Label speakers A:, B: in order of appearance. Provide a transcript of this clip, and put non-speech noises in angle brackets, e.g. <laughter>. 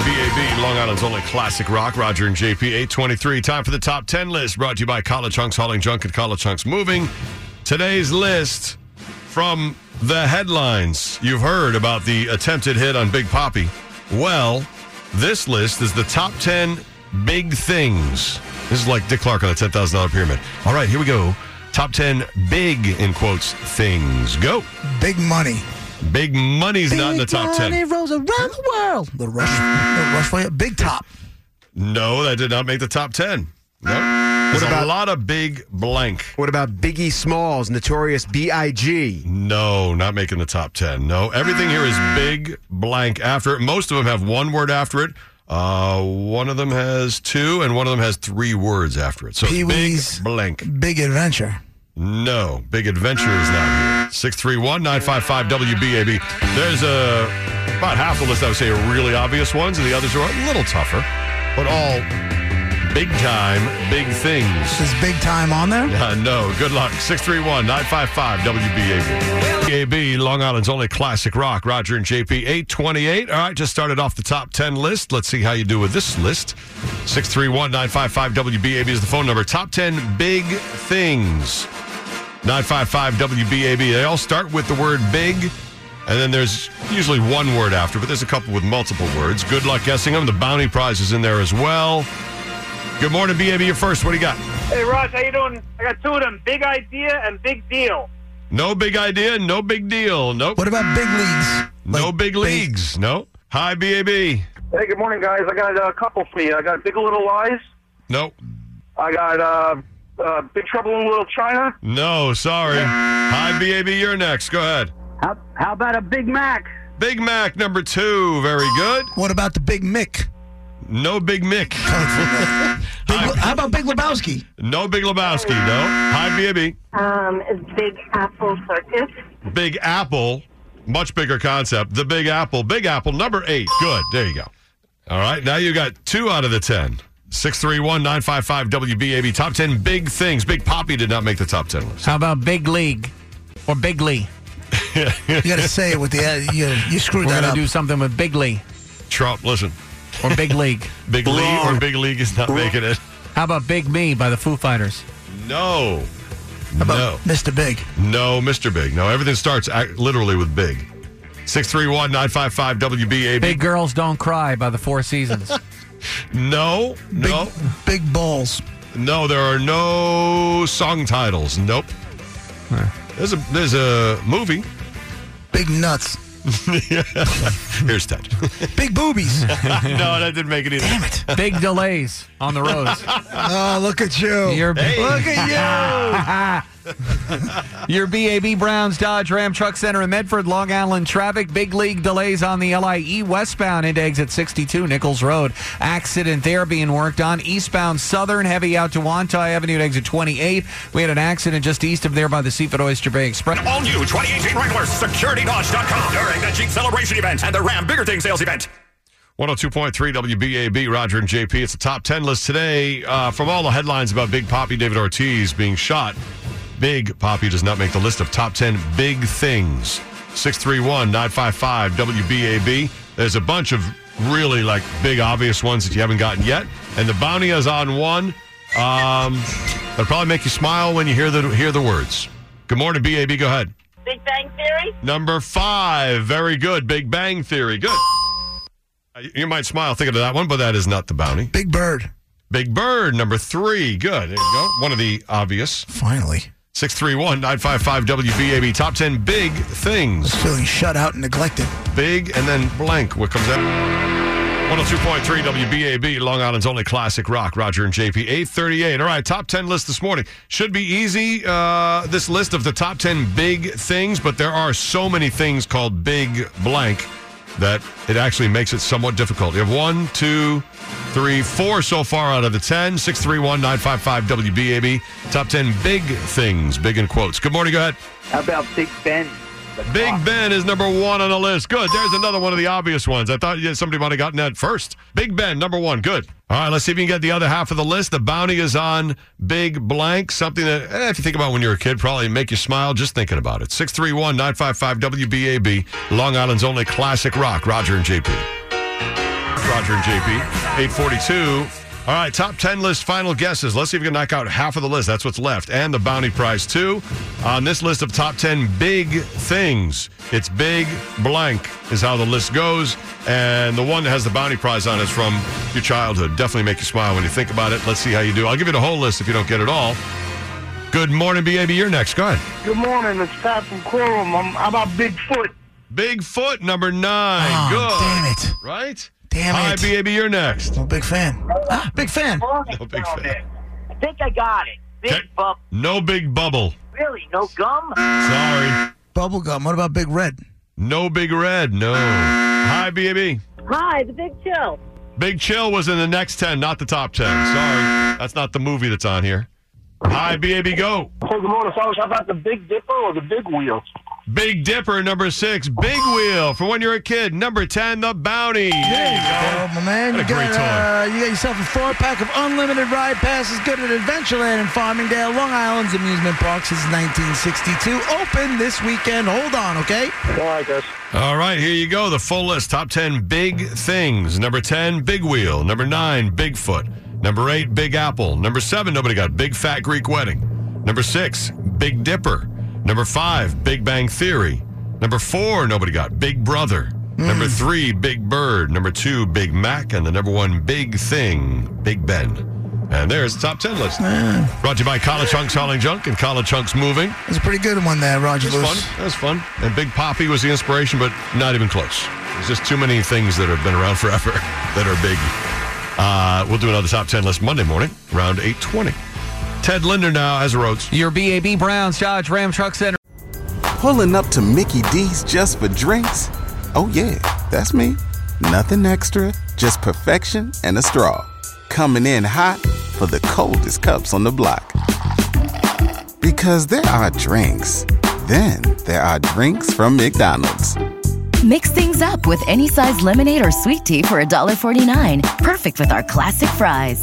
A: WBAB, Long Island's only classic rock. Roger and JP, 823. Time for the top 10 list brought to you by College Hunks Hauling Junk and College Hunks Moving. Today's list from the headlines. You've heard about the attempted hit on Big Poppy. Well, this list is the top 10 big things. This is like Dick Clark on the $10,000 pyramid. All right, here we go. Top 10 big, in quotes, things. Go.
B: Big money.
A: Big money's not in the top 10.
B: rolls around the world. The rush, the rush for Big top.
A: No, that did not make the top 10. No. There's a
C: about-
A: lot of big blank.
C: What about Biggie Smalls, Notorious B.I.G.?
A: No, not making the top 10. No, everything here is big blank after it. Most of them have one word after it. Uh, one of them has two, and one of them has three words after it. So it's
B: Pee-wee's-
A: big blank.
B: Big adventure.
A: No, big adventure is not here. 631 955 WBAB. There's a, about half the list, I would say, are really obvious ones, and the others are a little tougher, but all big time, big things.
B: Is big time on
A: <laughs>
B: there?
A: Uh, no, good luck. 631 955 WBAB. WBAB, Long Island's only classic rock. Roger and JP, 828. All right, just started off the top 10 list. Let's see how you do with this list. 631 955 WBAB is the phone number. Top 10 big things. 955 WBAB. They all start with the word big, and then there's usually one word after, but there's a couple with multiple words. Good luck guessing them. The bounty prize is in there as well. Good morning, BAB. You're first. What do you got?
D: Hey, Raj, how you doing? I got two of them, Big Idea and Big Deal.
A: No big idea, no big deal. Nope.
B: What about big leagues?
A: no
B: Like
A: big leagues. No. Hi, BAB.
D: Hey, good morning, guys. I got uh, a couple for you. I got Big Little Lies.
A: Nope.
D: I got uh, uh, Big Trouble in Little China.
A: No, sorry. Hi, BAB, you're next. Go ahead.
E: How, how about a Big Mac?
A: Big Mac number two. Very good.
B: What about the
A: <laughs>
B: Big Mick?
A: No Big Mick.
B: Big,
A: Hi.
B: how about Big Lebowski?
A: No Big Lebowski. No. Hi, BAB.
F: Um, Big Apple Circus.
A: Big Apple. Much bigger concept. The Big Apple. Big Apple number eight. Good. There you go. All right. Now you got two out of the 10. 631 955 WBAB. Top 10 big things. Big Poppy did not make the top 10 list.
G: How about Big League or Big Lee?
B: You got to say it with the uh, you, you screwed
G: We're
B: that
G: going to
B: up.
G: do something with Big Lee
A: Trump, listen.
G: or
B: <laughs>
G: Big League.
A: Big League or Big League is not making it.
G: How about Big Me by the Foo Fighters?
A: No. No.
B: About Mr. Big.
A: No, Mr. Big. No, everything starts ac- literally with big. 631 955 WBAB.
G: Big Girls Don't Cry by the
B: <laughs>
G: Four Seasons.
A: No,
B: Big,
A: no,
B: Big balls.
A: no, there are no song titles. Nope. There's a there's a movie.
B: Big nuts.
A: Here's Ted. <laughs>
B: Big boobies.
A: no, that didn't make it either.
B: Damn it.
G: Big Delays on the Roads.
B: Oh, look at you.
G: Your,
A: <laughs>
B: look at you.
G: <laughs> your BAB Browns Dodge Ram Truck Center in Medford, Long Island traffic. Big League Delays on the LIE westbound into exit 62 Nichols Road. Accident there being worked on. Eastbound Southern heavy out to Wantai Avenue at exit 28. We had an accident just east of there by the Seaford Oyster Bay Express.
H: All new 2018 Wranglers, SecurityDodge.com during the Jeep Celebration event and the Ram Bigger Thing sales event.
A: 102.3 WBAB, Roger and JP. It's the top 10 list today. Uh, from all the headlines about Big Poppy David Ortiz being shot, Big Poppy does not make the list of top 10 big things. 631 955 WBAB. There's a bunch of really like big obvious ones that you haven't gotten yet. And the bounty is on one. Um, that'll probably make you smile when you hear the, hear the words. Good morning, BAB. Go ahead.
F: Big Bang Theory.
A: Number five. Very good. Big Bang Theory. Good. Uh, You might smile thinking of that one, but that is not the bounty.
B: Big bird.
A: Big Bird, number three. Good. There you go. One of the obvious.
B: Finally.
A: 631 955 WBAB. Top 10 big things.
B: Feeling shut out and neglected.
A: Big and then blank. What comes out? 102.3 WBAB, Long Island's only classic rock. Roger and JP, 838. All right, top 10 list this morning. Should be easy, uh, this list of the top 10 big things, but there are so many things called big blank that it actually makes it somewhat difficult. You have one, two, three, four so far out of the 10. 631 955 WBAB, top 10 big things, big in quotes. Good morning, go ahead.
E: How about Big Ben?
A: Big Ben is number one on the list. Good. There's another one of the obvious ones. I thought yeah, somebody might have gotten that first. Big Ben, number one. Good. All right, let's see if you can get the other half of the list. The bounty is on Big Blank, something that, eh, if you think about when you're a kid, probably make you smile just thinking about it. 631 955 WBAB, Long Island's only classic rock. Roger and JP. Roger and JP. 842. All right, top 10 list final guesses. Let's see if we can knock out half of the list. That's what's left. And the bounty prize, too. On this list of top 10 big things, it's big blank is how the list goes. And the one that has the bounty prize on is from your childhood. Definitely make you smile when you think about it. Let's see how you do. I'll give you the whole list if you don't get it all. Good morning, BAB. You're next. Go ahead.
D: Good morning. It's Pat from Quorum. I'm, I'm about Bigfoot.
A: Bigfoot, number nine.
B: Oh,
A: Good.
B: damn it.
A: Right?
B: Damn
A: Hi,
B: it.
A: BAB. You're next.
B: I'm a big fan. Ah, big fan.
A: No big fan.
E: Oh, I think I got it. Big
A: Okay.
E: bub.
A: No big bubble.
E: Really? No gum?
A: Sorry.
B: Bubblegum. What about Big Red?
A: No big red. No. Hi, BAB.
F: Hi, the Big Chill.
A: Big Chill was in the next 10, not the top 10. Sorry. That's not the movie that's on here. Hi, BAB. Go.
D: Hey, Oh, good morning, fellas. How about the Big Dipper or the Big Wheel?
A: Big Dipper, number six. Big Wheel for when you're a kid. Number 10, The Bounty. There you
B: Oh,
A: go.
B: my man.
A: What
B: You
A: a great
B: got, uh, you got yourself a four pack of unlimited ride passes. Good at Adventureland in Farmingdale, Long Island's amusement park since 1962. Open this weekend. Hold on, okay?
D: All right, guys.
A: All right, here you go. The full list. Top 10 big things. Number 10, Big Wheel. Number 9, Bigfoot. Number 8, Big Apple. Number 7, nobody got Big Fat Greek Wedding. Number 6, Big Dipper. Number 5, Big Bang Theory. Number 4, nobody got Big Brother. Number 3, Big Bird. Number 2, Big Mac. And the number 1 big thing, Big Ben. And there's the top 10 list. Brought to you by College Hunks Hauling Junk and College Hunks Moving.
B: That's a pretty good one there, Roger
A: That was
B: Lewis.
A: fun. That was fun. And Big Poppy was the inspiration, but not even close. There's just too many things that have been around <laughs> forever that are big. Uh, we'll do another top 10 list Monday morning around 820. Ted Linder now has a Rhodes.
G: Your BAB Browns Dodge Ram Truck Center.
I: Pulling up to Mickey D's just for drinks? Oh, yeah, that's me. Nothing extra, just perfection and a straw. Coming in hot for the coldest cups on the block. Because there are drinks, then there are drinks from McDonald's.
J: Mix things up with any size lemonade or sweet tea for $1.49. Perfect with our classic fries.